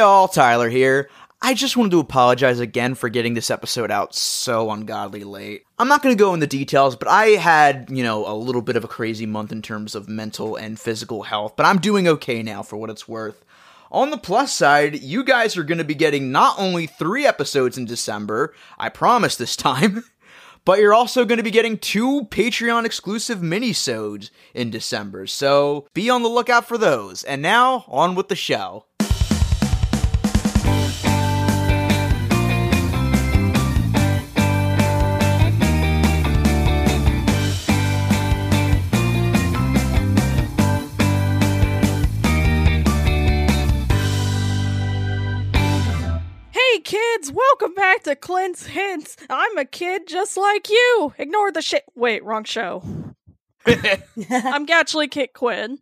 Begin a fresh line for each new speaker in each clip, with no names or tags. all, Tyler here. I just wanted to apologize again for getting this episode out so ungodly late. I'm not going to go into details, but I had, you know, a little bit of a crazy month in terms of mental and physical health, but I'm doing okay now for what it's worth. On the plus side, you guys are going to be getting not only three episodes in December, I promise this time, but you're also going to be getting two Patreon exclusive minisodes in December. So be on the lookout for those. And now, on with the show.
Hey kids, welcome back to Clint's Hints. I'm a kid just like you. Ignore the shit. Wait, wrong show. I'm actually Kit Quinn.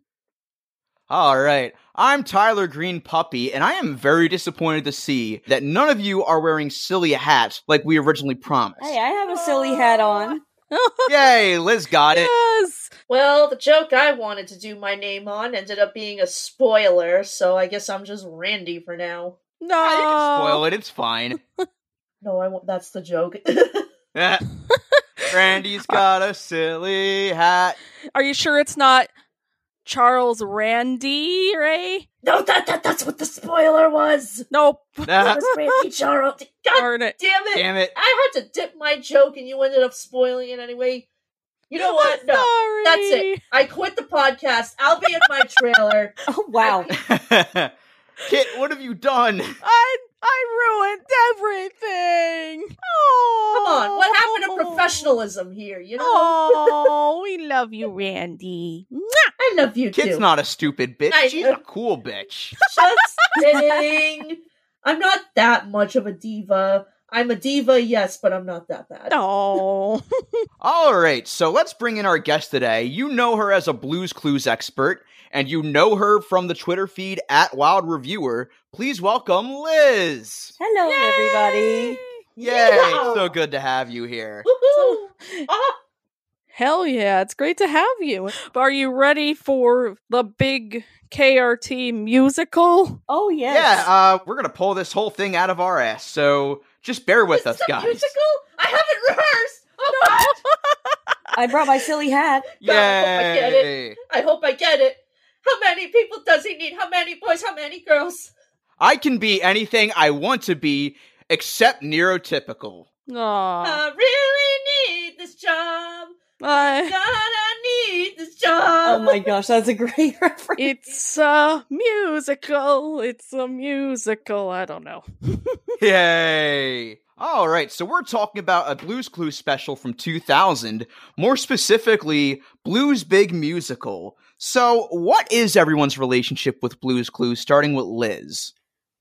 All right. I'm Tyler Green Puppy, and I am very disappointed to see that none of you are wearing silly hats like we originally promised.
Hey, I have a silly hat on.
Yay, Liz got it.
Yes.
Well, the joke I wanted to do my name on ended up being a spoiler, so I guess I'm just Randy for now.
No.
I didn't spoil it. It's fine.
No, I want that's the joke.
Eh. Randy's got a silly hat.
Are you sure it's not Charles Randy Ray?
no, that, that that's what the spoiler was.
Nope.
Ah,
It was Randy Charles. God
Darn it.
damn it.
damn it.
I had to dip my joke and you ended up spoiling it anyway. You know what? No.
Sorry.
that's it. I quit the podcast. I'll be in my trailer.
Oh wow.
Kit, what have you done?
I I ruined everything.
Come
Oh.
on. What happened to professionalism here? You know?
Oh, we love you, Randy.
I love you
Kit's
too.
not a stupid bitch.
I-
She's a cool bitch.
Just kidding. I'm not that much of a diva. I'm a diva, yes, but I'm not that bad.
No.
All right, so let's bring in our guest today. You know her as a Blues Clues expert, and you know her from the Twitter feed at Wild Reviewer. Please welcome Liz.
Hello everybody.
Yay!
Yeah.
So good to have you here.
Woohoo! Ah,
Hell yeah, it's great to have you. Are you ready for the big KRT musical?
Oh yes.
Yeah, uh, we're gonna pull this whole thing out of our ass, so just bear with
is
us,
this a
guys.
musical? I haven't rehearsed. Oh, God.
I brought my silly hat.
No, I get it.
Yay!
I hope I get it. How many people does he need? How many boys? How many girls?
I can be anything I want to be, except neurotypical.
Aw.
I really need this job.
I-
God, I need this
Oh
job.
my gosh, that's a great reference.
it's a musical. It's a musical. I don't know.
Yay! All right, so we're talking about a Blues Clues special from 2000, more specifically, Blues Big Musical. So, what is everyone's relationship with Blues Clues, starting with Liz?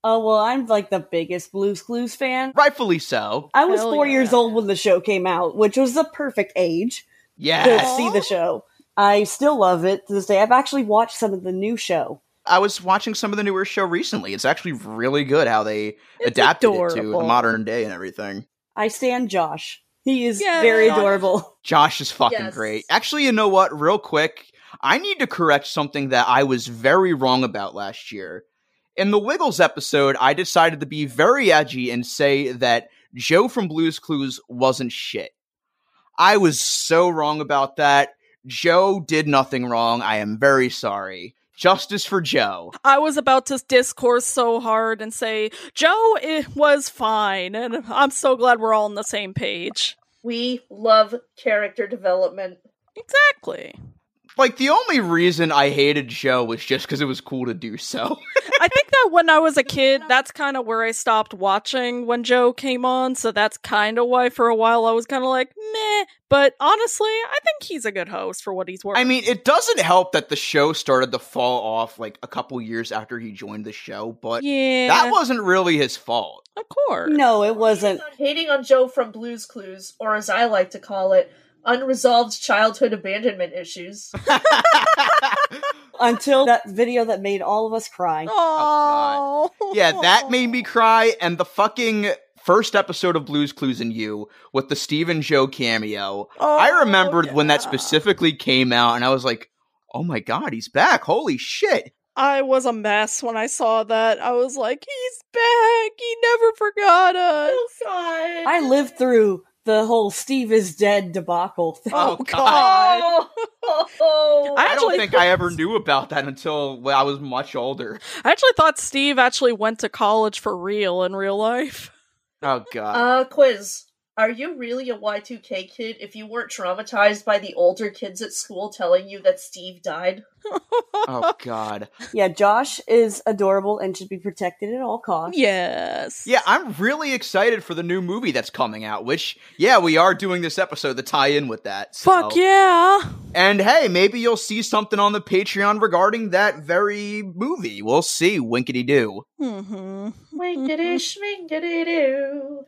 Oh well, I'm like the biggest Blues Clues fan.
Rightfully so.
I was
Hell
four
yeah.
years old when the show came out, which was the perfect age to
Yes.
see the show. I still love it to this day. I've actually watched some of the new show.
I was watching some of the newer show recently. It's actually really good how they
It's
adapted it to the
adorable.
modern day and everything.
I stand Josh. He is
Yeah,
very
Josh.
adorable.
Josh is fucking
Yes.
great. Actually, you know what? Real quick, I need to correct something that I was very wrong about last year. In the Wiggles episode, I decided to be very edgy and say that Joe from Blues Clues wasn't shit. I was so wrong about that. Joe did nothing wrong. I am very sorry. Justice for Joe.
I was about to discourse so hard and say, Joe it was fine. And I'm so glad we're all on the same page.
We love character development.
Exactly.
Like, the only reason I hated Joe was just because it was cool to do so.
I think that when I was a kid, that's kind of where I stopped watching when Joe came on. So that's kind of why for a while I was kind of like, meh. But honestly, I think he's a good host for what he's worth.
I mean, it doesn't help that the show started to fall off like a couple years after he joined the show, but
yeah,
that wasn't really his fault.
of course.
No, it wasn't.
Hating on Joe from Blues Clues, or as I like to call it, unresolved childhood abandonment issues.
until that video that made all of us cry.
Oh,
yeah, that made me cry, and the fucking first episode of Blues Clues and You with the Steve and Joe cameo.
Oh,
I "Oh remembered when that specifically came out, and I was like, oh my god, he's back. Holy shit.
I was a mess when I saw that. I was like, he's back. He never forgot us.
Oh god.
I lived through the whole Steve is dead debacle thing.
Oh, God.
Oh, oh, oh.
I
I don't
actually
think I ever knew about that until well, I was much older.
I actually thought Steve actually went to college for real in real life.
Oh god.
Uh, quiz. Are you really a Y2K kid if you weren't traumatized by the older kids at school telling you that Steve died?
oh god.
Yeah, Josh is adorable and should be protected at all costs.
Yes.
Yeah, I'm really excited for the new movie that's coming out, which yeah, we are doing this episode to tie in with that. so-
Fuck yeah.
And hey, maybe you'll see something on the Patreon regarding that very movie. We'll see. Winkety doo.
hmm
Winkity schminkity doo.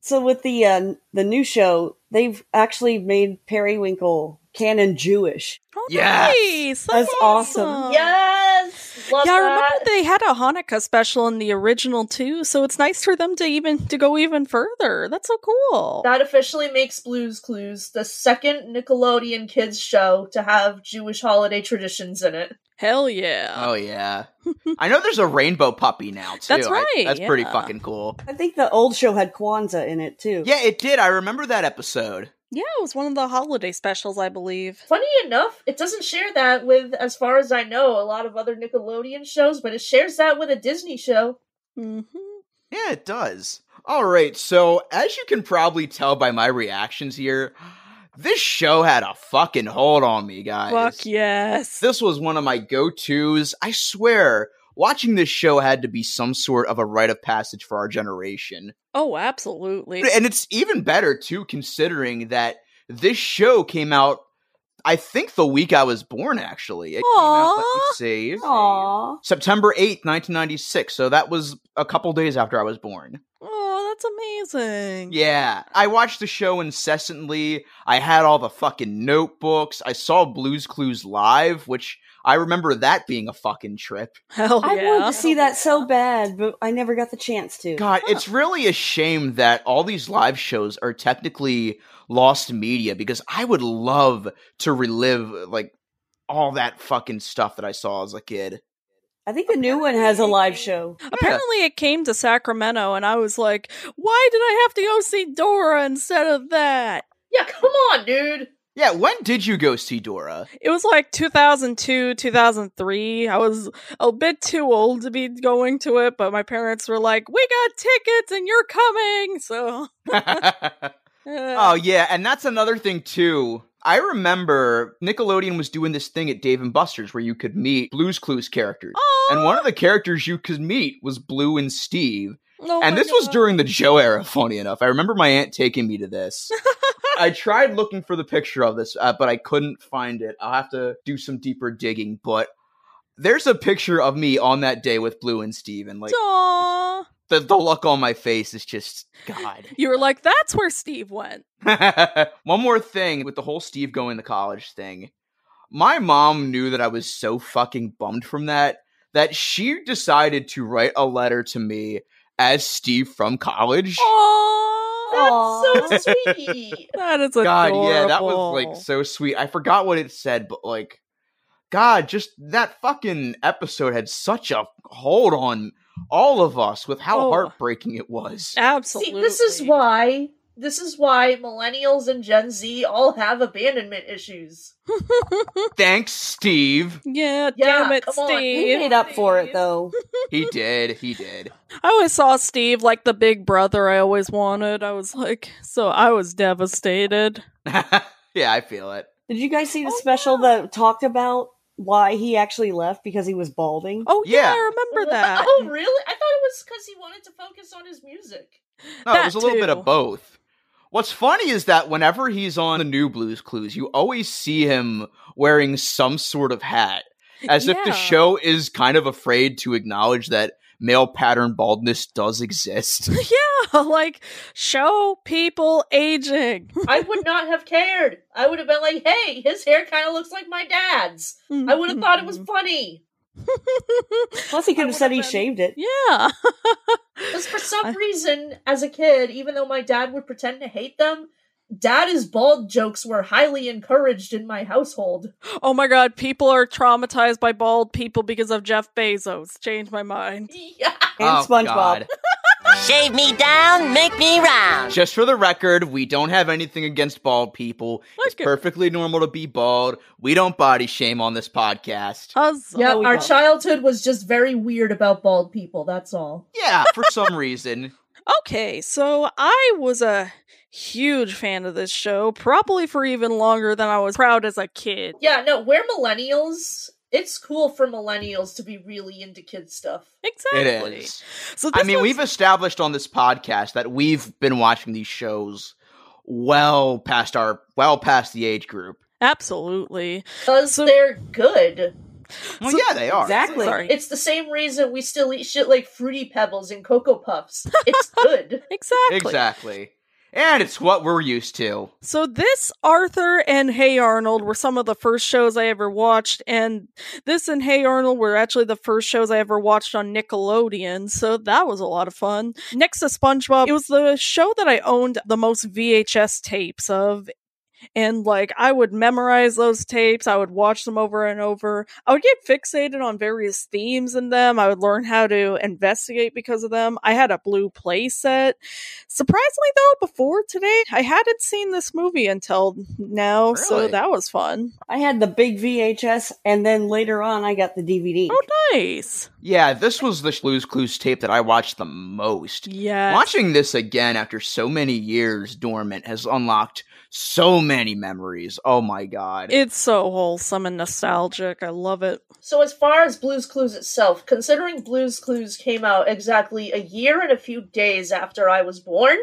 So with the uh, the new show, they've actually made Periwinkle canon Jewish.
Oh,
Yes.
nice.
That's awesome.
Yes! Love
Uh-huh. Yeah, I remember
that.
they had a Hanukkah special in the original too, so it's nice for them to even to go even further. That's so cool.
that officially makes Blues Clues the second Nickelodeon kids show to have Jewish holiday traditions in it.
Hell yeah.
Oh yeah. I know there's a rainbow puppy now too.
That's
I-
right,
that's pretty
yeah.
fucking cool.
I think the old show had Kwanzaa in it too.
Yeah, it did. I remember that episode.
Yeah, it was one of the holiday specials, I believe.
Funny enough, it doesn't share that with, as far as I know, a lot of other Nickelodeon shows, but it shares that with a Disney show.
hmm
Yeah, it does. All right, so as you can probably tell by my reactions here, this show had a fucking hold on me, guys.
Fuck yes.
This was one of my go tos. I swear, watching this show had to be some sort of a rite of passage for our generation.
Oh, absolutely.
And it's even better, too, considering that this show came out, I think, the week I was born, actually. It came out, let me
Aw.
see.
Aww.
September 8th, 1996. So that was a couple days after I was born.
Oh, that's amazing.
Yeah. I watched the show incessantly. I had all the fucking notebooks. I saw Blues Clues live, which I remember that being a fucking trip.
Hell
I
yeah.
wanted to see that so bad, but I never got the chance to.
God, it's really a shame that all these live shows are technically lost media because I would love to relive like all that fucking stuff that I saw as a kid.
I think the new one has a live show.
Apparently, it came to Sacramento, and I was like, why did I have to go see Dora instead of that?
Yeah, come on, dude!
Yeah, when did you go see Dora?
It was like 2002, 2003. I was a bit too old to be going to it, but my parents were like, we got tickets and you're coming. So,
Oh
uh,
yeah, and that's another thing too. I remember Nickelodeon was doing this thing at Dave and Buster's where you could meet Blue's Clues characters. Oh, And one of the characters you could meet was Blue and Steve.
oh
And
my
this was
God.
during the Joe era, funny enough. I remember my aunt taking me to this. I tried looking for the picture of this, uh, but I couldn't find it. I'll have to do some deeper digging, but there's a picture of me on that day with Blue and Steve, and like
Aw.
the, the look on my face is just God.
You were like, that's where Steve went.
One more thing with the whole Steve going to college thing. My mom knew that I was so fucking bummed from that that she decided to write a letter to me as Steve from college.
Aww.
That's
Aw.
so sweet!
That is adorable.
God, yeah, that was like so sweet. I forgot what it said, but like, God, just that fucking episode had such a hold on all of us with how
Oh.
heartbreaking it was.
Absolutely.
See, this is why. This is why millennials and Gen Z all have abandonment issues.
Thanks, Steve.
Yeah,
Yeah,
damn it,
come on.
He
Steve.
made up for it though.
He did. He did.
I always saw Steve like the big brother I always wanted. I was like, so I was devastated.
yeah, I feel it.
Did you guys see the
Oh,
special
yeah.
that talked about why he actually left because he was balding?
Oh yeah,
Yeah.
I remember that.
Oh, really? I thought it was because he wanted to focus on his music.
No,
That
it was a little bit
too.
of both. What's funny is that whenever he's on the new Blues Clues, you always see him wearing some sort of hat, as if the
Yeah.
show is kind of afraid to acknowledge that male pattern baldness does exist.
yeah, like show people aging.
I would not have cared. I would have been like, hey, his hair kind of looks like my dad's. I would have thought it
Mm-hmm.
was funny.
Plus, he could
I
have said he
would've been-
shaved it.
Yeah.
Because for some
I-
reason, as a kid, even though my dad would pretend to hate them, dad is bald jokes were highly encouraged in my household.
Oh my god, people are traumatized by bald people because of Jeff Bezos. Changed my mind.
Yeah.
And
Oh,
SpongeBob.
God.
Shave me down, make me round.
Just for the record, we don't have anything against bald people.
Look
it's
at-
perfectly normal to be bald. We don't body shame on this podcast.
Huzzah.
Yeah, we
Our
don't.
childhood was just very weird about bald people, that's all.
Yeah, for some reason.
Okay, so I was a huge fan of this show, probably for even longer than I was proud as a kid.
Yeah, no, we're millennials. It's cool for millennials to be really into kid stuff.
It
Exactly.
is.
So this
I mean,
was-
we've established on this podcast that we've been watching these shows well past our well past the age group.
absolutely.
Because
So-
they're good.
Well,
So-
yeah, they are.
Exactly.
Sorry.
It's the same reason we still eat shit like Fruity Pebbles and Cocoa Puffs. It's good.
Exactly.
Exactly. And it's what we're used to.
So this Arthur and Hey Arnold were some of the first shows I ever watched, and this and Hey Arnold were actually the first shows I ever watched on Nickelodeon. So that was a lot of fun. Next to SpongeBob, it was the show that I owned the most VHS tapes of. And like I would memorize those tapes, I would watch them over and over. I would get fixated on various themes in them. I would learn how to investigate because of them. I had a blue play set. Surprisingly, though, before today, I hadn't seen this movie until now, so
Really?
that was fun.
I had the big VHS, and then later on, I got the DVD.
Oh, nice.
Yeah, this was the Blue's Clues tape that I watched the most.
Yeah.
Watching this again after so many years dormant has unlocked so many memories. Oh my god.
It's so wholesome and nostalgic. I love it.
So, as far as Blues Clues itself, considering Blues Clues came out exactly a year and a few days after I was born,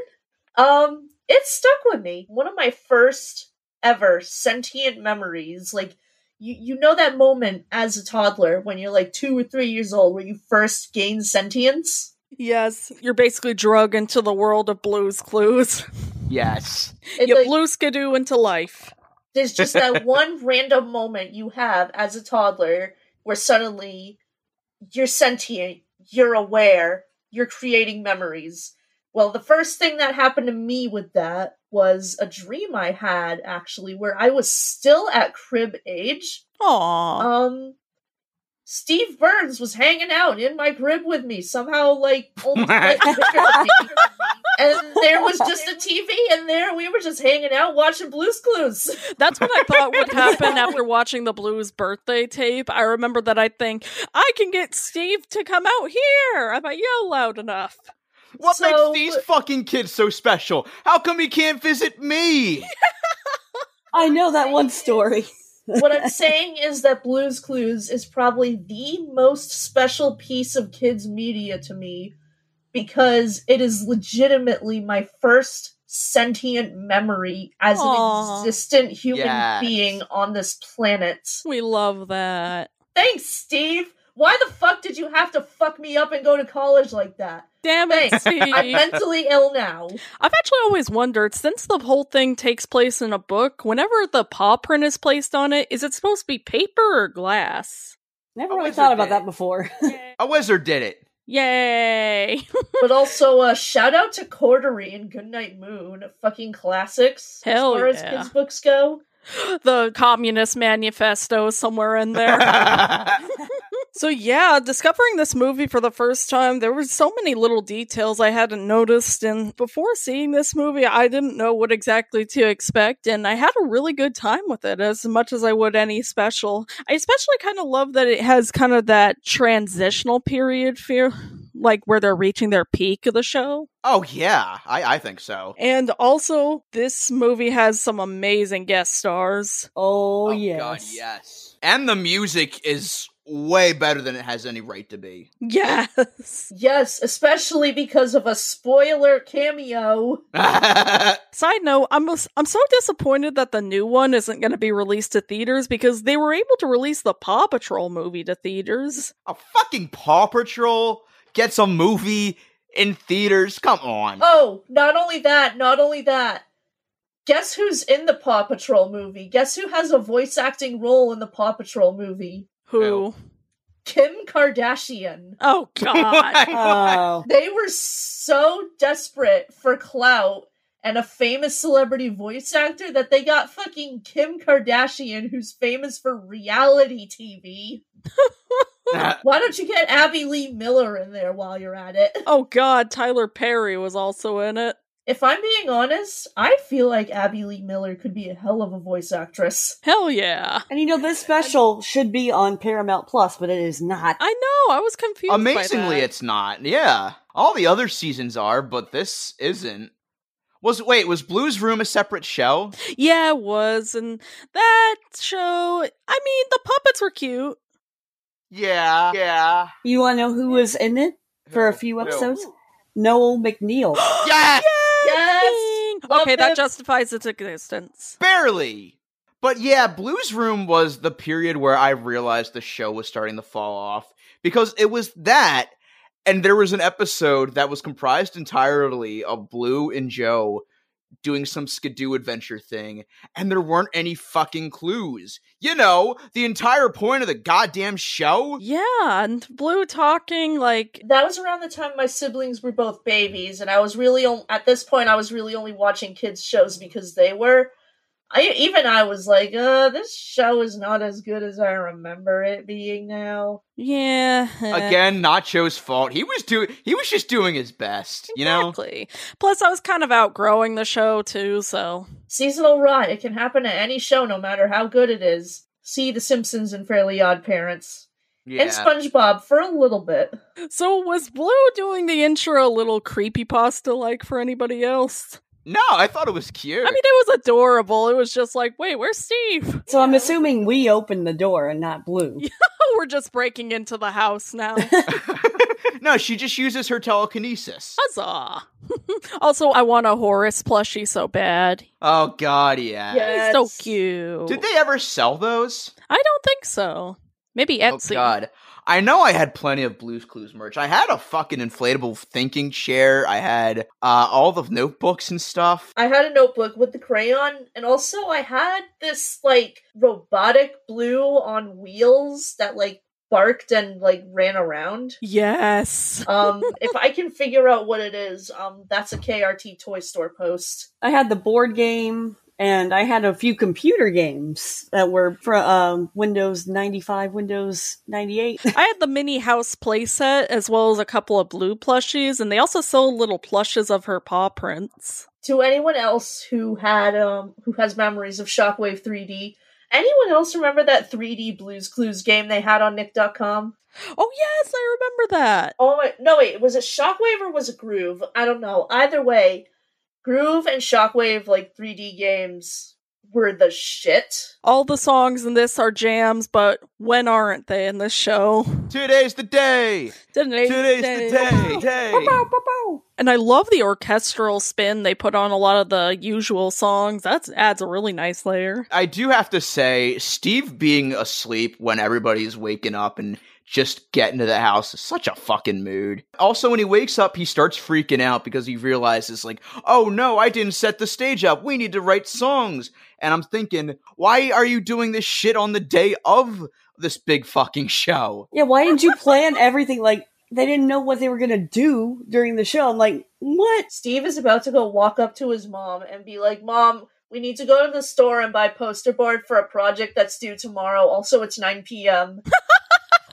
um, it stuck with me. One of my first ever sentient memories. Like, you, you know that moment as a toddler when you're like two or three years old where you first gain sentience?
Yes. You're basically drug into the world of Blues Clues.
yes.
It's
you
like-
blue skidoo into life.
There's just that one random moment you have as a toddler where suddenly you're sentient, you're aware, you're creating memories. Well, the first thing that happened to me with that was a dream I had actually where I was still at crib age.
Aw.
Um Steve Burns was hanging out in my crib with me somehow like only like, and there was just a TV in there we were just hanging out watching Blue's Clues.
That's what I thought would happen after watching the Blues birthday tape. I remember that I think, I can get Steve to come out here if I yell loud enough.
What
So-
makes these fucking kids so special? How come he can't visit me?
I know that one story.
what I'm saying is that Blues Clues is probably the most special piece of kids' media to me because it is legitimately my first sentient memory as
Aw.
an existent human
Yes.
being on this planet.
We love that.
Thanks, Steve. Why the fuck did you have to fuck me up and go to college like that?
Damn it,
Thanks.
Steve.
I'm mentally ill now.
I've actually always wondered since the whole thing takes place in a book, whenever the paw print is placed on it, is it supposed to be paper or glass?
Never
A
really
wizard
thought about
did it.
that before.
A wizard did it.
Yay.
But also, uh, shout out to Cordery and Goodnight Moon, fucking classics
Hell
as far
yeah.
as kids' books go.
the Communist Manifesto is somewhere in there. So yeah, discovering this movie for the first time, there were so many little details I hadn't noticed and before seeing this movie, I didn't know what exactly to expect and I had a really good time with it as much as I would any special. I especially kind of love that it has kind of that transitional period feel like where they're reaching their peak of the show.
oh yeah, I, I think
Oh,
so.
And also, this movie has some amazing guest stars.
Oh,
yeah.
yes.
God, yes. And the music is way better than it has any right to be.
Yes.
Yes, especially because of a spoiler cameo.
Side note, I'm I'm so disappointed that the new one isn't going to be released to theaters because they were able to release the Paw Patrol movie to theaters.
a fucking Paw Patrol gets a movie in theaters. Come on.
Oh, not only that, not only that. Guess who's in the Paw Patrol movie? Guess who has a voice acting role in the Paw Patrol movie?
Who?
Kim Kardashian.
Oh god.
Oh,
They were so desperate for clout and a famous celebrity voice actor that they got fucking Kim Kardashian, who's famous for reality TV. Why don't you get Abby Lee Miller in there while you're at it?
Oh god, Tyler Perry was also in it.
If I'm being honest, I feel like Abby Lee Miller could be a hell of a voice actress.
Hell yeah.
And you know, this special should be on Paramount Plus, but it is not.
I know, I was confused. by
Amazingly,
that.
it's not. Yeah, all the other seasons are, but this isn't. Was wait, was Blue's Room a separate show?
Yeah, it was. And that show I mean the puppets were cute.
Yeah, yeah.
You want to know who was in it for a few
Who?
episodes? Noel McNeil.
Yes,
Yes!
Ding!
Love
Okay, that
it.
justifies its existence.
barely. But yeah, Blue's Room was the period where I realized the show was starting to fall off because it was that, and there was an episode that was comprised entirely of Blue and Joe doing some skidoo adventure thing, and there weren't any fucking clues. You know, the entire point of the goddamn show.
Yeah, and Blue talking like
That was around the time my siblings were both babies, and I was really on- at this point I was really only watching kids shows because they were. I even I was like, uh, this show is not as good as I remember it being now.
yeah.
Again, not Joe's fault. He was doing. He was just doing his best. You know.
Exactly. Plus I was kind of outgrowing the show too, so
Seasonal rot. It can happen to any show, no matter how good it is. See The Simpsons and Fairly Odd Parents. And
Yeah.
SpongeBob for a little bit.
So was Blue doing the intro a little creepypasta like for anybody else?
No, I thought it was cute.
I mean, it was adorable. It was just like, wait, where's Steve?
So I'm assuming we opened the door and not Blue.
Oh, we're just breaking into the house now.
no, she just uses her telekinesis.
Huzzah! also, I want a Horace plushie so bad.
Oh God, yeah.
He's so cute.
Did they ever sell those?
I don't think so. Maybe Etsy.
Oh God, I know I had plenty of Blue's Clues merch. I had a fucking inflatable thinking chair. I had uh, all the notebooks and stuff.
I had a notebook with the crayon, and also I had this like robotic blue on wheels that like barked and like ran around.
Yes.
Um, if I can figure out what it is, um, that's a KRT Toy Store post.
I had the board game, and I had a few computer games that were from um, Windows 95, Windows 98.
I had the mini house playset as well as a couple of blue plushies, and they also sold little plushes of her paw prints.
To anyone else who had um who has memories of Shockwave 3D, anyone else remember that 3D Blues Clues game they had on Nick.com?
Oh, yes, I remember that.
Oh my, no, wait, was it Shockwave or was it Groove? I don't know. Either way, Groove and Shockwave, like 3D games, were the shit.
all the songs in this are jams, but when aren't they in this show?
Today's the day.
Today's
Today's the day. day.
And I love the orchestral spin they put on a lot of the usual songs. That adds a really nice layer.
I do have to say, Steve being asleep when everybody's waking up and just getting to the house is such a fucking mood. Also, when he wakes up, he starts freaking out because he realizes, like, oh no, I didn't set the stage up. We need to write songs. And I'm thinking, why are you doing this shit on the day of this big fucking show?
Yeah, why didn't you plan everything? Like, they didn't know what they were going to do during the show. I'm like, what?
Steve is about to go walk up to his mom and be like, Mom, we need to go to the store and buy poster board for a project that's due tomorrow. Also, it's 9 p.m.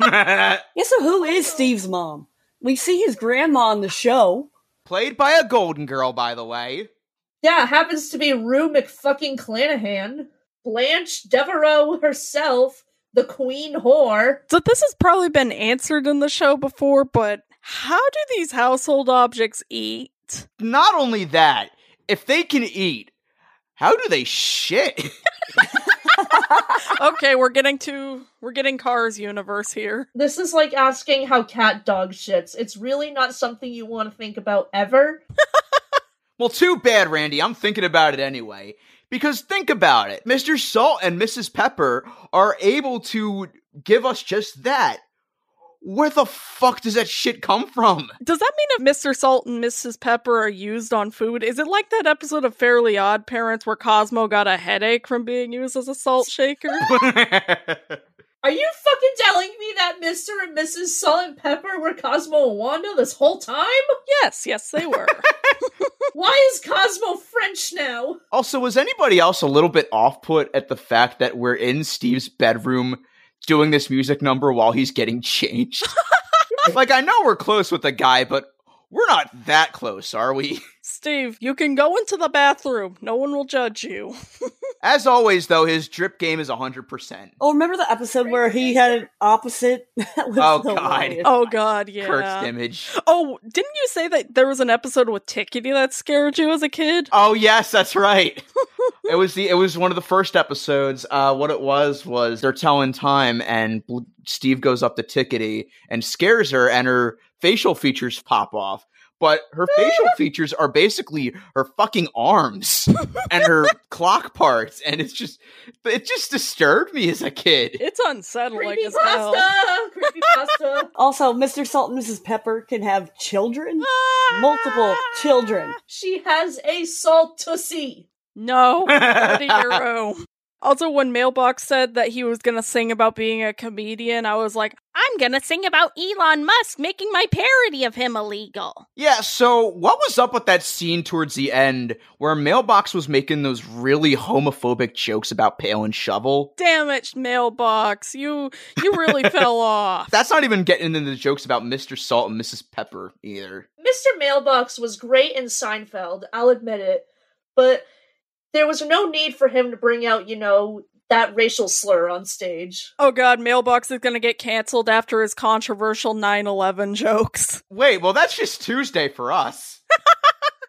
Yeah, so who is Steve's mom? We see his grandma on the show.
Played by a golden girl, by the way.
yeah, it happens to be Rue McFucking Clanahan, Blanche Devereaux herself, the queen whore.
So this has probably been answered in the show before, but how do these household objects eat?
Not only that, if they can eat, how do they shit?
Okay, we're getting to we're getting Cars universe here.
This is like asking how cat dog shits. It's really not something you want to think about ever.
Well, too bad, Randy. I'm thinking about it anyway. Because think about it Mr. Salt and Mrs. Pepper are able to give us just that. Where the fuck does that shit come from?
Does that mean if Mr. Salt and Mrs. Pepper are used on food, is it like that episode of Fairly Odd Parents where Cosmo got a headache from being used as a salt shaker?
Are you fucking telling me that Mr. and Mrs. Salt and Pepper were Cosmo and Wanda this whole time?
yes, yes, they were.
Why is Cosmo French now?
Also, was anybody else a little bit off put at the fact that we're in Steve's bedroom doing this music number while he's getting changed? like, I know we're close with the guy, but we're not that close, are we?
Steve, you can go into the bathroom. No one will judge you.
As always, though, his drip game is 100%.
Oh, remember the episode where he had an opposite? That was
Oh, God.
hilarious.
Oh god, yeah.
Kirk's image.
Oh, didn't you say that there was an episode with Tickety that scared you as a kid?
Oh yes, that's right. it was the it was one of the first episodes. Uh, what it was was they're telling time, and Bl- Steve goes up the tickety and scares her, and her facial features pop off. But her facial features are basically her fucking arms and her clock parts, and it's just it just disturbed me as a kid.
It's unsettling
Creepy
as hell.
pasta. Creepy pasta.
Also, Mr. Salt and Mrs. Pepper can have children, multiple children.
She has a salt tussie.
No, go to your room. Also, when Mailbox said that he was gonna sing about being a comedian, I was like,
I'm gonna sing about Elon Musk making my parody of him illegal.
Yeah. So what was up with that scene towards the end where Mailbox was making those really homophobic jokes about pail and shovel?
"Damn it, Mailbox! You you really fell off."
That's not even getting into the jokes about Mr. Salt and Mrs. Pepper either.
Mr. Mailbox was great in Seinfeld, I'll admit it, but there was no need for him to bring out, you know, that racial slur on stage.
Oh god, Mailbox is gonna get canceled after his controversial 9/11 jokes.
Wait, well, that's just Tuesday for us.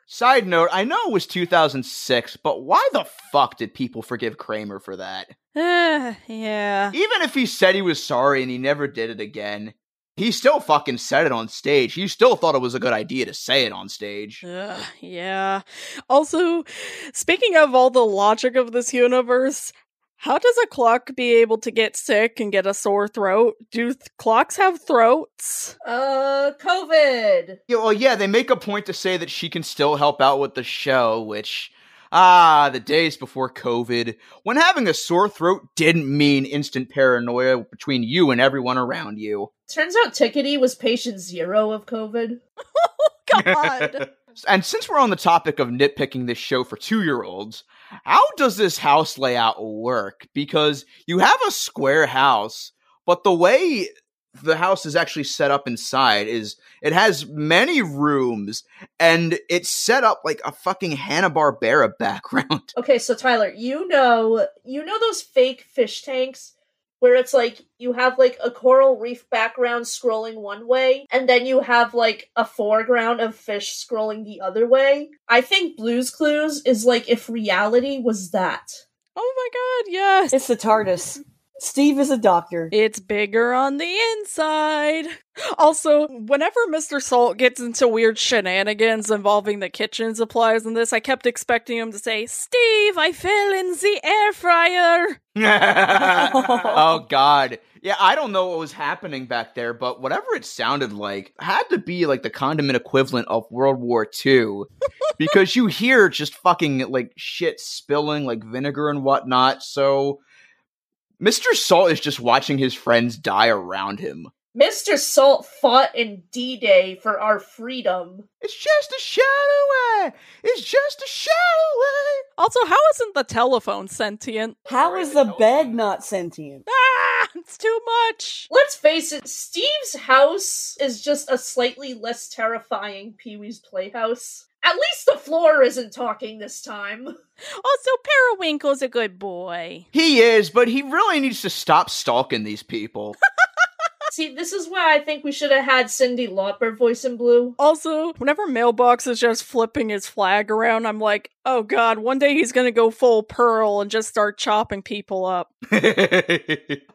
Side note, I know it was 2006, but why the fuck did people forgive Kramer for that?
Eh, yeah.
Even if he said he was sorry and he never did it again, he still fucking said it on stage. He still thought it was a good idea to say it on stage.
Ugh, yeah. Also, speaking of all the logic of this universe, how does a clock be able to get sick and get a sore throat? Do th- clocks have throats?
Uh, COVID.
Yeah, well, yeah, they make a point to say that she can still help out with the show, which, ah, the days before COVID, when having a sore throat didn't mean instant paranoia between you and everyone around you.
Turns out Tickety was patient zero of COVID.
God.
and since we're on the topic of nitpicking this show for two year olds, how does this house layout work? Because you have a square house, but the way the house is actually set up inside is it has many rooms and it's set up like a fucking Hanna-Barbera background.
Okay, so Tyler, you know, you know those fake fish tanks where it's like you have like a coral reef background scrolling one way and then you have like a foreground of fish scrolling the other way. I think Blues Clues is like if reality was that.
oh my god, yes.
It's the TARDIS. Steve is a doctor.
It's bigger on the inside. Also, whenever Mr. Salt gets into weird shenanigans involving the kitchen supplies and this, I kept expecting him to say, Steve, I fell in the air fryer.
oh god yeah i don't know what was happening back there but whatever it sounded like had to be like the condiment equivalent of world war ii because you hear just fucking like shit spilling like vinegar and whatnot so mr salt is just watching his friends die around him
Mr. Salt fought in D Day for our freedom.
it's just a shadow away. it's just a shadow away.
Also, how isn't the telephone sentient?
How is the bed not sentient?
Ah, it's too much.
Let's face it, Steve's house is just a slightly less terrifying Pee Wee's Playhouse. At least the floor isn't talking this time.
Also, Periwinkle's a good boy.
he is but he really needs to stop stalking these people
See, this is why I think we should have had Cindy Lauper voice in blue.
Also, whenever Mailbox is just flipping his flag around, I'm like, oh god, one day he's gonna go full Pearl and just start chopping people up.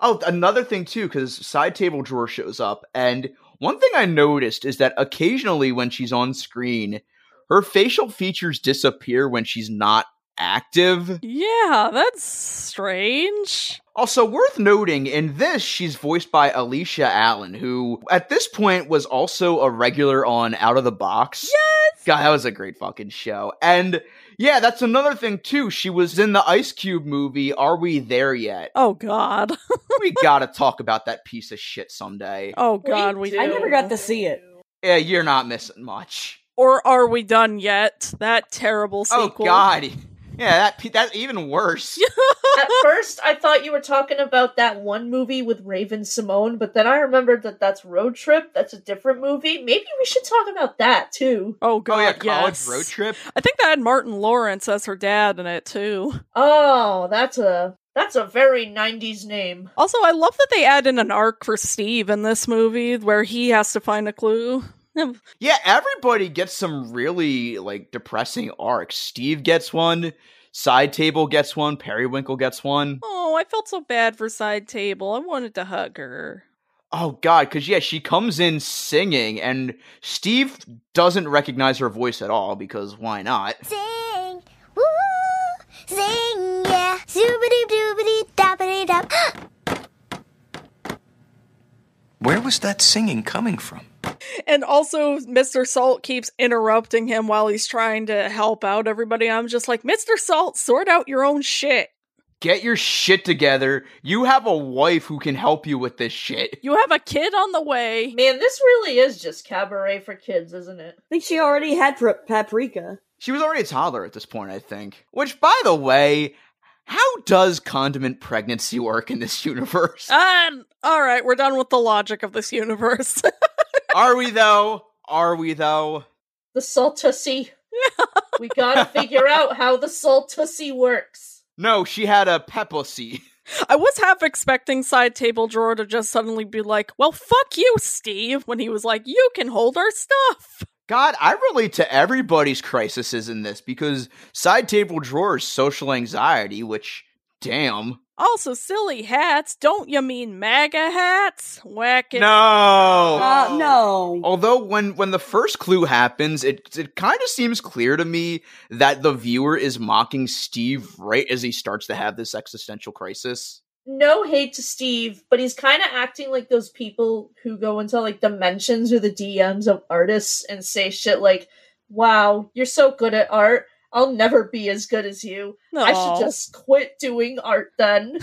oh, another thing too, because side table drawer shows up, and one thing I noticed is that occasionally when she's on screen, her facial features disappear when she's not active.
Yeah, that's strange.
Also worth noting, in this, she's voiced by Alicia Allen, who at this point was also a regular on Out of the Box. Yes! God, that was a great fucking show. And yeah, that's another thing too. She was in the Ice Cube movie, Are We There Yet?
Oh god.
we gotta talk about that piece of shit someday.
Oh god, we,
do.
do.
I never got to see it.
Yeah, you're not missing much.
Or Are We Done Yet? That terrible
Oh
sequel.
God, yeah, that pe- that's even worse.
At first, I thought you were talking about that one movie with Raven Simone, but then I remembered that that's Road Trip. That's a different movie. Maybe we should talk about that too.
Oh God,
oh yeah, college
yes.
road trip.
I think that had Martin Lawrence as her dad in it too.
Oh, that's a that's a very '90s name.
Also, I love that they add in an arc for Steve in this movie where he has to find a clue.
Yeah, everybody gets some really like depressing arcs. Steve gets one. Side table gets one. Periwinkle gets one.
Oh, I felt so bad for Side Table. I wanted to hug her.
Oh God, because yeah, she comes in singing, and Steve doesn't recognize her voice at all because why not?
Sing, woo, sing, yeah. Zoobity doobity dabbity dab.
Where was that singing coming from?
And also, Mr. Salt keeps interrupting him while he's trying to help out everybody. I'm just like, Mr. Salt, sort out your own shit.
Get your shit together. You have a wife who can help you with this shit.
You have a kid on the way.
Man, this really is just cabaret for kids, isn't it?
think she already had pr- paprika.
She was already a toddler at this point, I think. Which, by the way, how does condiment pregnancy work in this universe?
And all right, we're done with the logic of this universe.
Are we though? Are we though?
The Saltussy. we gotta figure out how the Saltussy works.
No, she had a peplosy.
I was half expecting Side Table Drawer to just suddenly be like, well, fuck you, Steve, when he was like, you can hold our stuff.
God, I relate to everybody's crises in this because side table drawer is social anxiety, which, damn.
Also, silly hats. Don't you mean MAGA hats? Whack it.
No.
Uh, no.
Although when when the first clue happens, it it kind of seems clear to me that the viewer is mocking Steve right as he starts to have this existential crisis.
No hate to Steve, but he's kind of acting like those people who go into like the mentions or the DMs of artists and say shit like, "Wow, you're so good at art. I'll never be as good as you. I
Aw.
should just quit doing art then."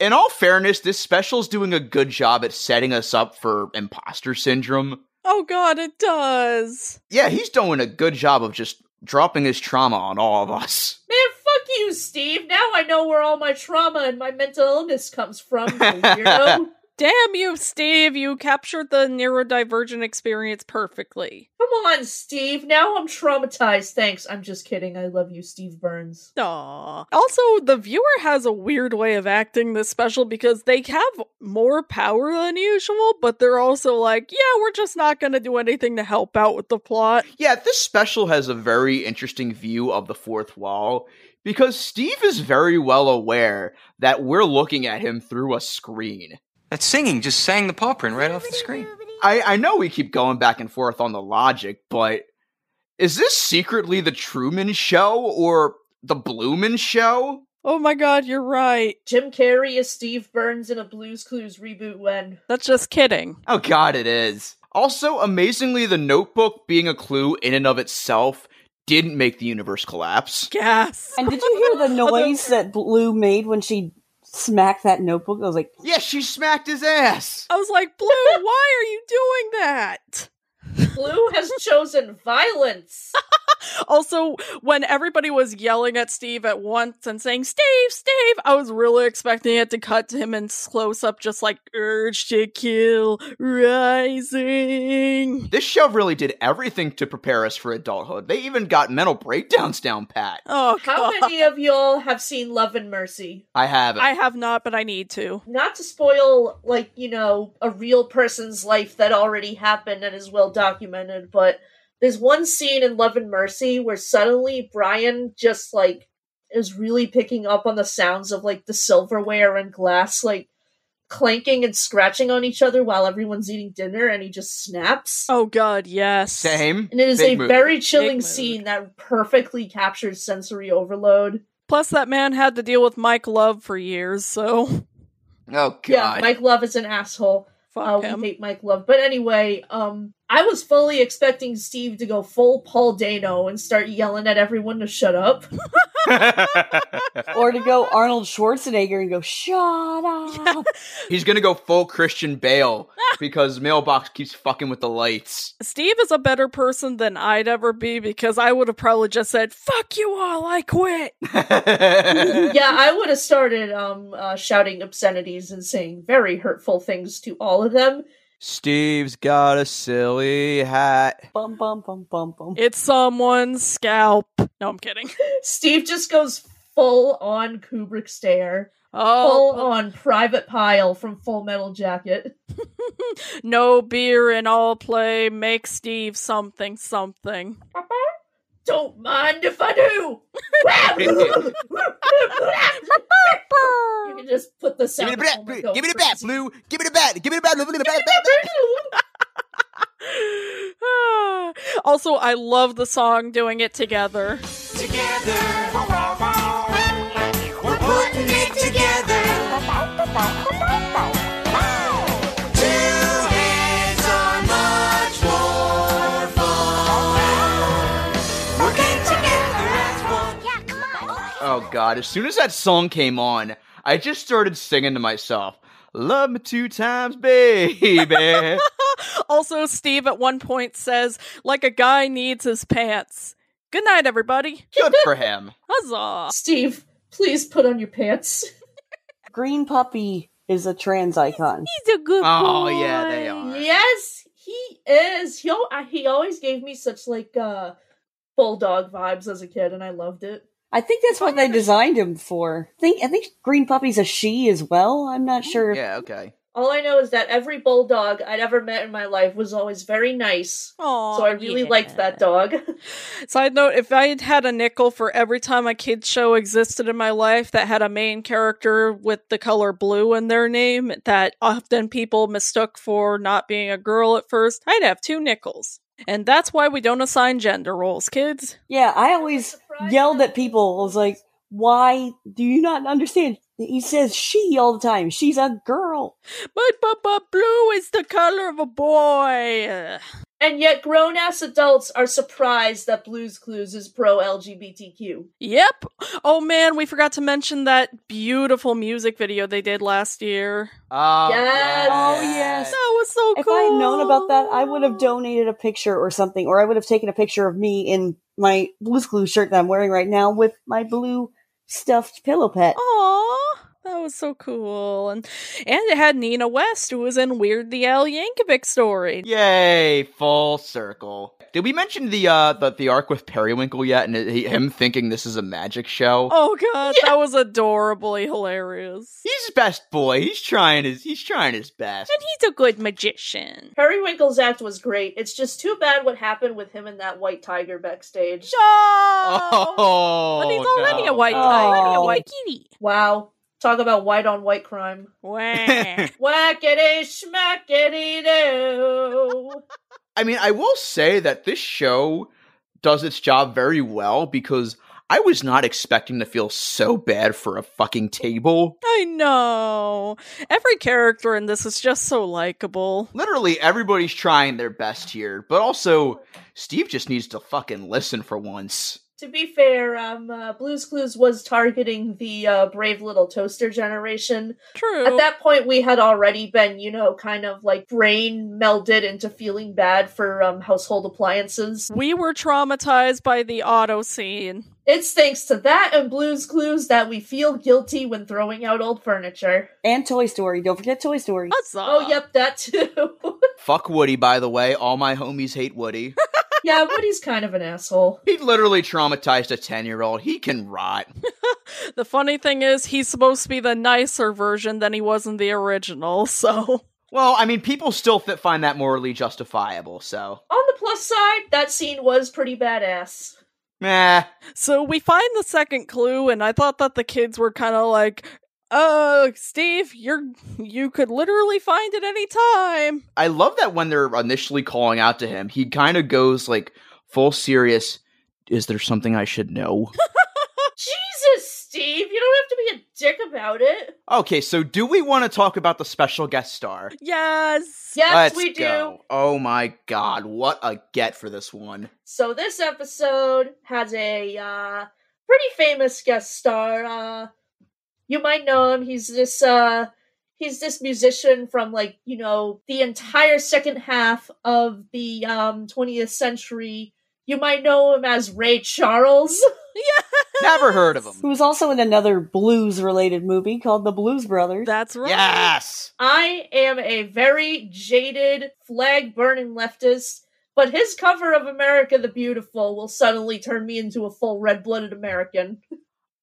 In all fairness, this special's doing a good job at setting us up for imposter syndrome.
Oh, God, it does.
Yeah, he's doing a good job of just dropping his trauma on all of us.
Man, fuck you, Steve. Now I know where all my trauma and my mental illness comes from. You weirdo.
Damn you, Steve. You captured the neurodivergent experience perfectly.
Come on, Steve. Now I'm traumatized. Thanks. I'm just kidding. I love you, Steve Burns.
Aww. Also, the viewer has a weird way of acting this special because they have more power than usual, but they're also like, yeah, we're just not going to do anything to help out with the plot.
Yeah, this special has a very interesting view of the fourth wall because Steve is very well aware that we're looking at him through a screen.
That singing just sang the paw print right off the screen.
I, I know we keep going back and forth on the logic, but is this secretly the Truman Show or the Bloomin' Show?
Oh my god, you're right.
Jim Carrey is Steve Burns in a Blues Clues reboot when.
That's just kidding.
Oh god, it is. Also, amazingly, the notebook being a clue in and of itself didn't make the universe collapse.
Yes.
And did you hear the noise that Blue made when she smacked that notebook? I was like,
Yeah, she smacked his ass.
I was like, Blue, why are you doing that?
Blue has chosen violence.
Also, when everybody was yelling at Steve at once and saying, Steve, Steve, I was really expecting it to cut to him in close up, just like, urge to kill rising.
This show really did everything to prepare us for adulthood. They even got mental breakdowns down pat.
Oh,
How
God.
many of y'all have seen Love and Mercy?
I haven't.
I have not, but I need to.
Not to spoil, like, you know, a real person's life that already happened and is well documented, but there's one scene in Love and Mercy where suddenly Brian just, like, is really picking up on the sounds of, like, the silverware and glass, like, clanking and scratching on each other while everyone's eating dinner, and he just snaps.
Oh, God, yes.
Same.
And it is
Big
a
mood.
very chilling
mood.
scene that perfectly captures sensory overload.
Plus, that man had to deal with Mike Love for years, so
Oh god.
Yeah, Mike Love is an asshole.
fuck
Uh, we
him.
hate Mike Love. But anyway, um, I was fully expecting Steve to go full Paul Dano and start yelling at everyone to shut up.
or to go Arnold Schwarzenegger and go, shut up.
He's gonna go full Christian Bale because Mailbox keeps fucking with the lights.
Steve is a better person than I'd ever be because I would have probably just said, fuck you all, I quit.
yeah, I would have started um, uh, shouting obscenities and saying very hurtful things to all of them.
Steve's got a silly hat.
Bum, bum, bum, bum, bum.
It's someone's scalp. No, I'm kidding.
Steve just goes full on Kubrick stare, full
Oh,
on Private Pile from Full Metal Jacket.
no beer in all play. Make Steve something, something.
Don't mind if I do. you
Ah.
can just put the
Give
sound.
me the bat, blue. Give me the bat,
effect.
blue. Give me the bat. Give me the bat, blue. Give me the bat, bat, bat.
also, I love the song doing it together.
together. We're putting it together. Two hands are much more fun. Working together as one.
Yeah, come on.
Oh god! As soon as that song came on, I just started singing to myself. Love me two times, baby.
Also, Steve at one point says, like a guy needs his pants. Good night, everybody.
Good for him.
Huzzah.
Steve, please put on your pants.
Green Puppy is a trans icon.
He's a good
Oh
boy.
yeah, they are.
Yes, he is. He al- I- he always gave me such like uh bulldog vibes as a kid, and I loved it.
I think that's what they designed him for. I think I think Green Puppy's a she as well. I'm not sure.
Yeah. Okay.
All I know is that every bulldog I'd ever met in my life was always very nice.
Aw,
so I really
yeah.
liked that dog.
Side note, if I had had a nickel for every time a kid show existed in my life that had a main character with the color blue in their name that often people mistook for not being a girl at first, I'd have two nickels. And that's why we don't assign gender roles, kids.
Yeah, I always yelled at people. I was like, why do you not understand? He says she all the time. She's a girl.
But, but, but blue is the color of a boy. Ugh.
and yet, grown ass adults are surprised that Blues Clues is pro LGBTQ.
Yep. Oh man, we forgot to mention that beautiful music video they did last year.
Oh,
Yes.
Oh,
That
yes.
was so
If
cool.
I had known about that, I would have donated a picture or something, or I would have taken a picture of me in my Blues Clues shirt that I'm wearing right now with my blue stuffed pillow pet.
Aww, that was so cool, and and it had Nina West, who was in Weird the Al Yankovic story.
Yay! Full circle. Did we mention the uh the, the arc with Periwinkle yet? And he, him thinking this is a magic show.
Oh god, that was adorably hilarious.
He's best boy. He's trying his. He's trying his best.
And he's a good magician.
Periwinkle's act was great. It's just too bad what happened with him and that white tiger backstage.
Oh,
uh, but he's already a white
no.
guy.
Already a
Oh.
white kitty.
Wow. Talk about white on white crime.
Wah.
Whackity schmackity doo.
I mean, I will say that this show does its job very well because I was not expecting to feel so bad for a fucking table.
I know. Every character in this is just so likable.
Literally, everybody's trying their best here, but also Steve just needs to fucking listen for once.
to be fair, um, uh, Blue's Clues was targeting the uh, brave little toaster generation.
True.
At that point, we had already been, you know, kind of like brain melded into feeling bad for um, household appliances.
we were traumatized by the auto scene.
It's thanks to that and Blue's Clues that we feel guilty when throwing out old furniture.
And Toy Story. Don't forget Toy Story.
Huzzah.
oh, yep, that too.
Fuck Woody, by the way. All my homies hate Woody.
yeah, Woody's kind of an asshole.
he literally traumatized a 10 year old. He can rot.
The funny thing is, he's supposed to be the nicer version than he was in the original, so.
Well, I mean, people still th- find that morally justifiable, so.
On the plus side, that scene was pretty badass.
Meh.
So we find the second clue, and I thought that the kids were kind of like, "Uh, Steve, you're you could literally find it any time."
I love that when they're initially calling out to him, he kind of goes like full serious. Is there something I should know?
Jesus, Steve, you don't have to be a dick about it.
Okay, so do we want to talk about the special guest star?
Yes.
Yes,
Let's
we do.
go. Oh my god, what a get for this one.
So this episode has a uh, pretty famous guest star. Uh, you might know him. He's this uh, he's this musician from like you know the entire second half of the um, 20th century. You might know him as Ray Charles.
Never heard of him.
Who was also in another blues related movie called The Blues Brothers.
That's right.
Yes.
I am a very jaded, flag burning leftist, but his cover of America the Beautiful will suddenly turn me into a full red blooded American.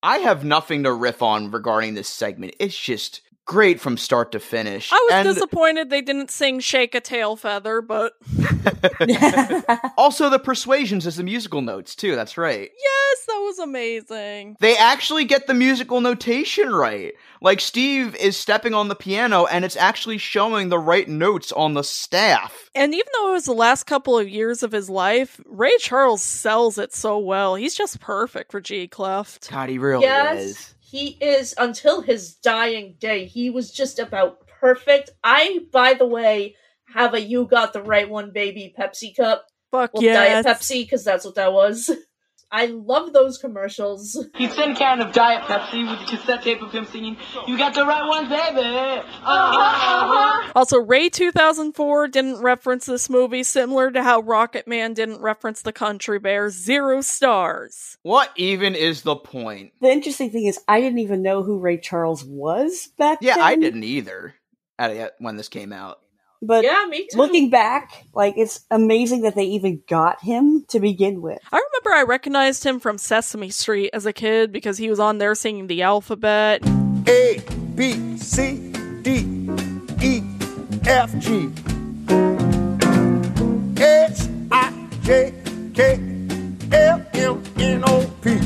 I have nothing to riff on regarding this segment. It's just great from start to finish.
I was
And
disappointed they didn't sing Shake a Tail Feather, but
also the persuasions as the musical notes too. That's right.
yes, that was amazing.
They actually get the musical notation right. Like Steve is stepping on the piano and it's actually showing the right notes on the staff.
And even though it was the last couple of years of his life, Ray Charles sells it so well. He's just perfect for G Cleft.
God, he really is.
yes, he is until his dying day. He was just about perfect. I, by the way, have a You Got the Right One Baby Pepsi cup.
Fuck
Well,
yes.
Diet Pepsi, because that's what that was. I love those commercials.
He'd send Karen of Diet Pepsi with a cassette tape of him singing, You got the right one, baby.
Also, Ray 2004 didn't reference this movie, similar to how Rocket Man didn't reference the Country Bear. Zero stars.
What even is the point?
the interesting thing is, I didn't even know who Ray Charles was back
Yeah,
then.
I didn't either at, at when this came out.
But
Yeah, me too.
looking back, like it's amazing that they even got him to begin with.
I remember I recognized him from Sesame Street as a kid because he was on there singing the alphabet.
A, B, C, D, E, F, G. H, I, J, K, L, M, N, O, P.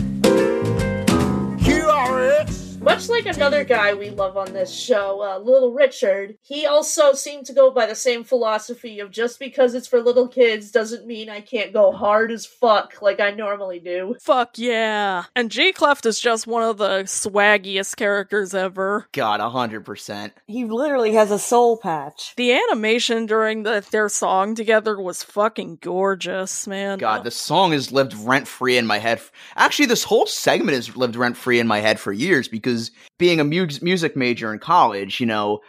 Q, R, S.
Much like another guy we love on this show, uh, Little Richard, he also seemed to go by the same philosophy of just because it's for little kids doesn't mean I can't go hard as fuck like I normally do.
Fuck yeah. And G Cleft is just one of the swaggiest characters ever.
God, 100%.
He literally has a soul patch.
The animation during the, their song together was fucking gorgeous, man.
God, this song has lived rent free in my head. Actually, this whole segment has lived rent free in my head for years because being a mu- music major in college, you know,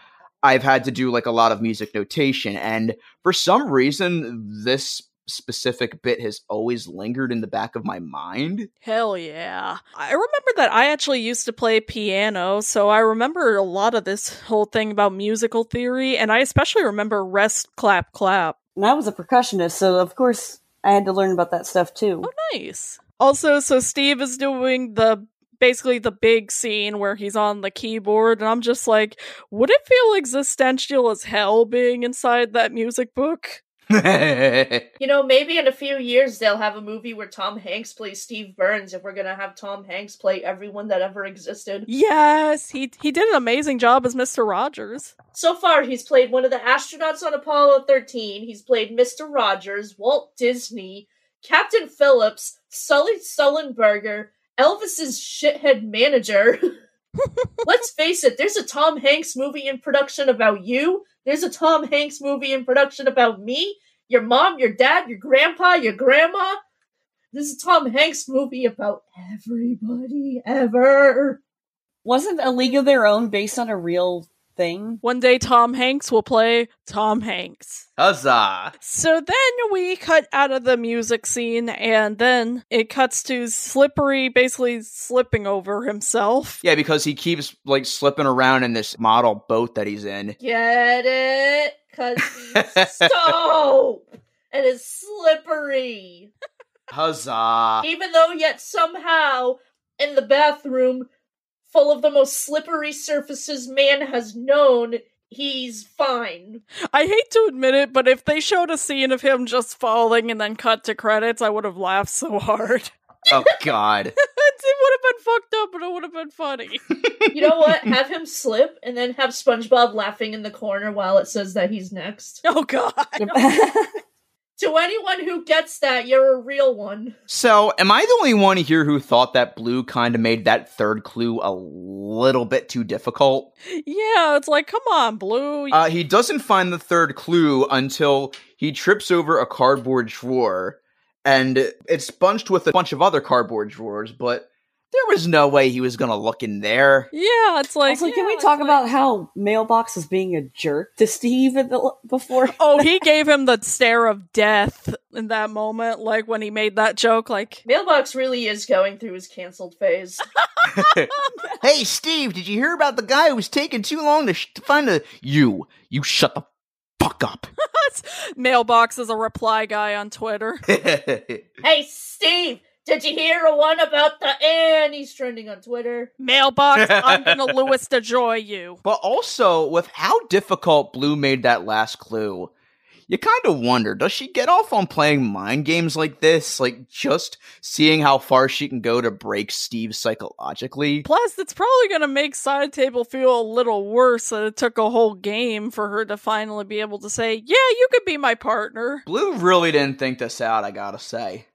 I've had to do like a lot of music notation. And for some reason, this specific bit has always lingered in the back of my mind.
Hell yeah. I remember that I actually used to play piano, so I remember a lot of this whole thing about musical theory, and I especially remember Rest Clap Clap.
And I was a percussionist, so of course I had to learn about that stuff too.
Oh, Nice. Also, so Steve is doing the basically the big scene where he's on the keyboard, and I'm just like, would it feel existential as hell being inside that music book?
You know, maybe in a few years they'll have a movie where Tom Hanks plays Steve Burns if we're gonna have Tom Hanks play everyone that ever existed.
Yes, he he did an amazing job as Mr. Rogers.
So far, he's played one of the astronauts on Apollo 13, he's played Mr. Rogers, Walt Disney, Captain Phillips, Sully Sullenberger, Elvis's shithead manager. Let's face it, there's a Tom Hanks movie in production about you, there's a Tom Hanks movie in production about me, your mom, your dad, your grandpa, your grandma. This is a Tom Hanks movie about everybody ever.
Wasn't A League of Their Own based on a real thing?
One day Tom Hanks will play Tom Hanks.
Huzzah!
So then we cut out of the music scene, and then it cuts to Slippery basically slipping over himself.
Yeah, because he keeps like slipping around in this model boat that he's in.
Get it? Cause he's soap and is slippery.
Huzzah!
Even though yet somehow in the bathroom full of the most slippery surfaces man has known, he's fine.
I hate to admit it, but if they showed a scene of him just falling and then cut to credits, I would have laughed so hard.
Oh God!
it would have been fucked up, but it would have been funny.
You know what? have him slip and then have
Oh,
SpongeBob laughing in the corner while it says that he's next.
Oh god.
To anyone who gets that, you're a real one.
So, am I the only one here who thought that blue kind of made that third clue a little bit too difficult?
Yeah, it's like, come on, Blue.
Uh, he doesn't find the third clue until he trips over a cardboard drawer, and it's bunched with a bunch of other cardboard drawers, but there was no way he was going to look in there.
yeah, it's like.
Also,
yeah,
can we
it's
talk
like-
about how Mailbox was being a jerk to Steve at the, before?
Oh, he gave him the stare of death in that moment, like when he made that joke, like,
Mailbox really is going through his canceled phase.
Hey, Steve, did you hear about the guy who was taking too long to, sh- to find a. You. You shut the fuck up.
Mailbox is a reply guy on Twitter.
hey, Steve, did you hear a one about the and he's trending on Twitter?
Mailbox, I'm gonna Lewis DeJoy you.
But also, with how difficult Blue made that last clue, you kind of wonder does she get off on playing mind games like this? Like, just seeing how far she can go to break Steve psychologically?
Plus, it's probably gonna make Side Table feel a little worse that it took a whole game for her to finally be able to say, Yeah, you could be my partner.
Blue really didn't think this out, I gotta say.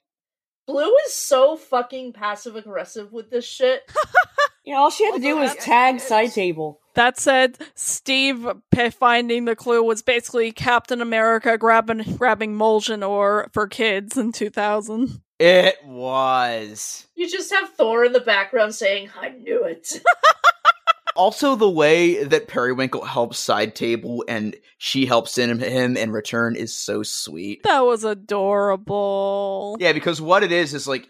Blue is so fucking passive aggressive with this shit.
Yeah, all she had to do was tag side table.
That said, Steve p- finding the clue was basically Captain America grabbing grabbing Molgen ore for kids in 2000.
It was.
You just have Thor in the background saying, I knew it.
Also, the way that Periwinkle helps Side Table and she helps in him in return is so sweet.
That was adorable.
Yeah, because what it is is like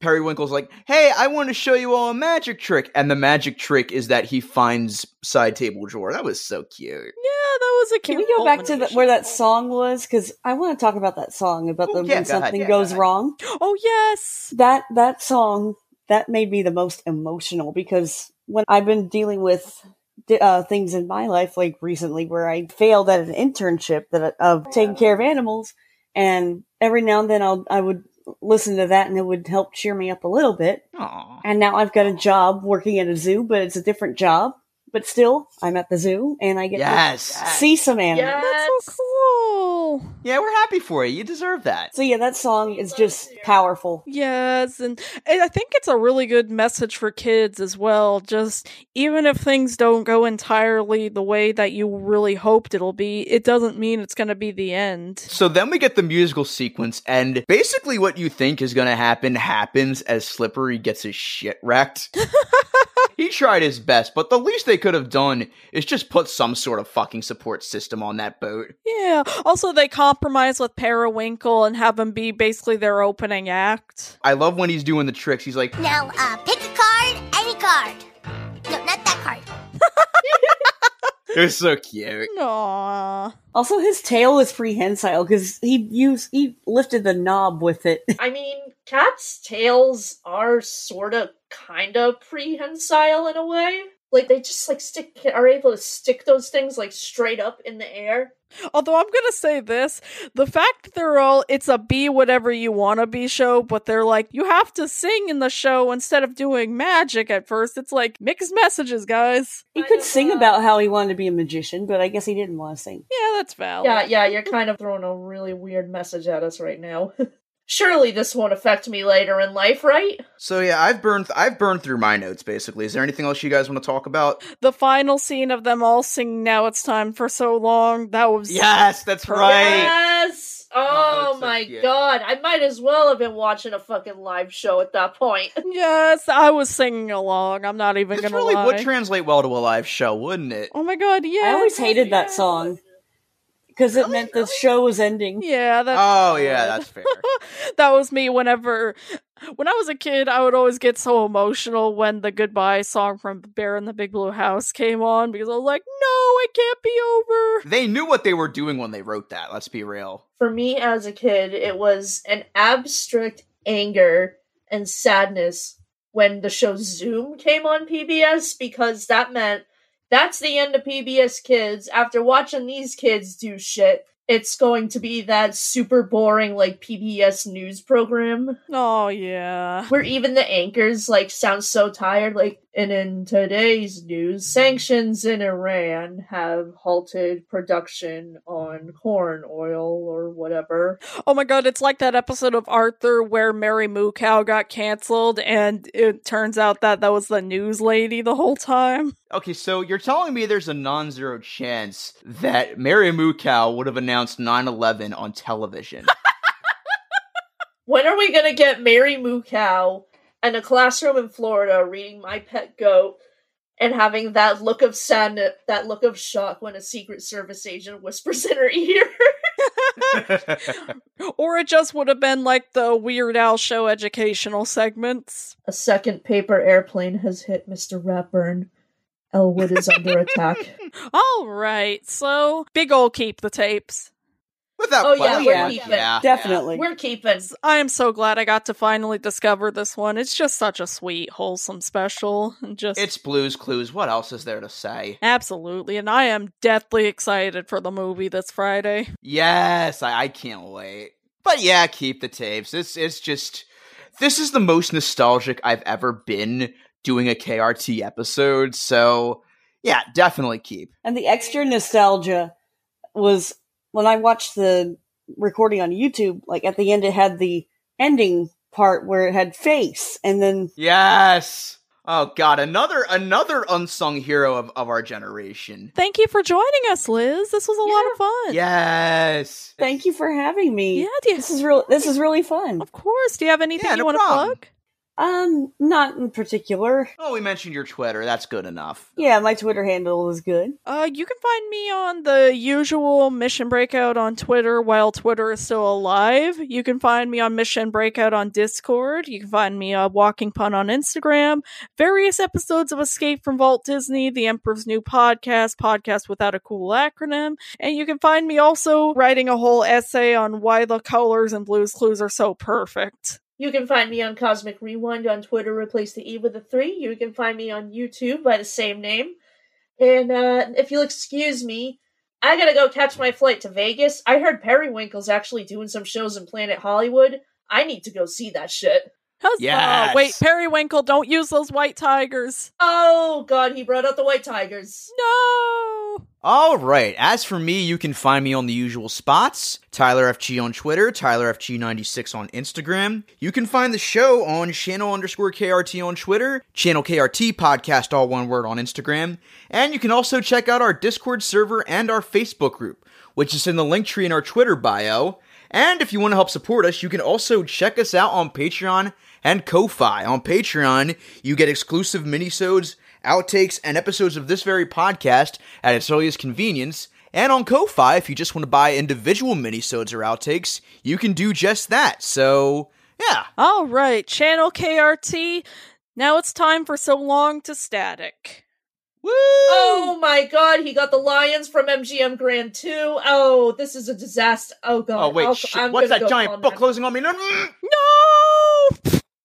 Periwinkle's like, "Hey, I want to show you all a magic trick," and the magic trick is that he finds side table drawer. That was so cute.
Yeah, that was a
Can
cute.
we go back to the,
culmination.
where that song was? Because I want to talk about that song about
Oh,
the
yeah, go
when
ahead,
something
yeah, go
goes
ahead.
wrong.
Oh yes.
That that song that made me the most emotional because when I've been dealing with di- uh, things in my life, like recently where I failed at an internship that of taking care of animals, and every now and then I'll I would listen to that and it would help cheer me up a little bit.
Aww.
And now I've got a job working at a zoo, but it's a different job. But still, I'm at the zoo and I get
Yes.
to see some animals.
yes.
That's so cool.
Yeah, we're happy for you. You deserve that.
So yeah, that song is just powerful.
Yes, and, and I think it's a really good message for kids as well. Just even if things don't go entirely the way that you really hoped it'll be, it doesn't mean it's going to be the end.
So then we get the musical sequence, and basically what you think is going to happen happens as Slippery gets his shit wrecked. he tried his best, but the least they could have done is just put some sort of fucking support system on that boat.
Yeah. Also, they compromise with Periwinkle and have him be basically their opening act.
I love when he's doing the tricks. He's like,
Now, uh, pick a card, any card. No, not that card.
it was so cute.
Aww.
Also, his tail is prehensile because he used he lifted the knob with it.
I mean, cats' tails are sort of kind of prehensile in a way. Like they just like stick are able to stick those things like straight up in the air.
Although I'm gonna say this, the fact they're all it's a be whatever you wanna be show, but they're like you have to sing in the show instead of doing magic at first. It's like mixed messages, guys.
He could sing about how he wanted to be a magician, but I guess he didn't want to sing.
Yeah, that's valid.
Yeah, yeah, you're kind of throwing a really weird message at us right now. Surely this won't affect me later in life, right?
So yeah, I've burned I've burned through my notes basically. Is there anything else you guys want to talk about?
The final scene of them all singing "Now It's Time for So Long" that was
Yes, that's right.
Yes!
Oh,
Oh,
it's so
my
cute.
god, I might as well have been watching a fucking live show at that point.
yes. I was singing along. I'm not even
This
gonna
really
lie.
would translate well to a live show, wouldn't it?
oh my god, yeah.
I always hated that song because it meant the show was ending.
Yeah, that's
Uh,
Oh yeah,
valid.
that's fair.
that was me whenever when I was a kid, I would always get so emotional when the goodbye song from Bear in the Big Blue House came on because I was like, No, it can't be over.
they knew what they were doing when they wrote that. Let's be real.
For me as a kid, it was an abstract anger and sadness when the show Zoom came on PBS because that meant that's the end of PBS Kids after watching these kids do shit. it's going to be that super boring like PBS news program
Oh yeah.
where even the anchors like sound so tired like and in today's news sanctions in Iran have halted production on corn oil or whatever
Oh my god, it's like that episode of Arthur where Mary Moo Cow got canceled and it turns out that that was the news lady the whole time.
Okay, so you're telling me there's a non zero chance that Mary Moo Cow would have announced 9 11 on television.
when are we going to get Mary Moo Cow and a classroom in Florida reading My Pet Goat and having that look of sadness that look of shock when a secret service agent whispers in her ear
Or it just would have been like the Weird Al show educational segments.
A second paper airplane has hit Mr. Ratburn. Elwood is under attack.
All right, so big ol' keep the tapes.
Without
Oh, yeah,
question.
we're keeping-
Definitely.
We're keeping.
I am so glad I got to finally discover this one. It's just such a sweet, wholesome special. And just
It's Blues Clues. What else is there to say?
absolutely, and I am deathly excited for the movie this Friday.
Yes, I, I can't wait. But yeah, keep the tapes. It's it's just this is the most nostalgic I've ever been doing a KRT episode. So yeah, definitely keep.
And the extra nostalgia was when I watched the recording on YouTube, like at the end, it had the ending part where it had face. And then,
Yes. Oh god, another another unsung hero of, of our generation.
Thank you for joining us, Liz. This was a lot of fun.
Yes.
thank you for having me.
Yeah, do you-
This is real. This is really fun.
Of course. Do you have anything
Yeah,
you
no
want
problem.
to plug?
Um, not in particular.
Oh, we mentioned your Twitter. That's good enough.
Yeah, my Twitter handle is good.
Uh, you can find me on the usual Mission Breakout on Twitter while Twitter is still alive. You can find me on Mission Breakout on Discord. You can find me on Walking Pun on Instagram. Various episodes of Escape from Vault Disney, The Emperor's New Podcast, Podcast Without a Cool Acronym. And you can find me also writing a whole essay on why the colors and blues clues are so perfect.
You can find me on Cosmic Rewind on Twitter, replace the E with a 3. You can find me on YouTube by the same name. And uh, if you'll excuse me, I gotta go catch my flight to Vegas. I heard Periwinkle's actually doing some shows in Planet Hollywood. I need to go see that shit.
Huzzah!
Yes.
Wait, Periwinkle, don't use those white tigers.
Oh god, he brought out the White Tigers.
No!
All right. As for me, you can find me on the usual spots Tyler FG on Twitter, Tyler FG96 on Instagram. You can find the show on channel underscore KRT on Twitter, channel KRT podcast, all one word on Instagram. And you can also check out our Discord server and our Facebook group, which is in the link tree in our Twitter bio. And if you want to help support us, you can also check us out on Patreon and Ko-Fi. On Patreon, you get exclusive minisodes, outtakes, and episodes of this very podcast at its earliest convenience. And on Ko-Fi, if you just want to buy individual minisodes or outtakes, you can do just that. So, yeah.
All right, Channel KRT. Now it's time for So Long to Static.
Woo!
Oh my god, he got the Lions from MGM Grand 2. Oh, this is a disaster. Oh god.
Oh, wait,
I'll-
shit.
I'm
What's
gonna
that
go
giant
on
book
now.
closing on me? No, mm.
No!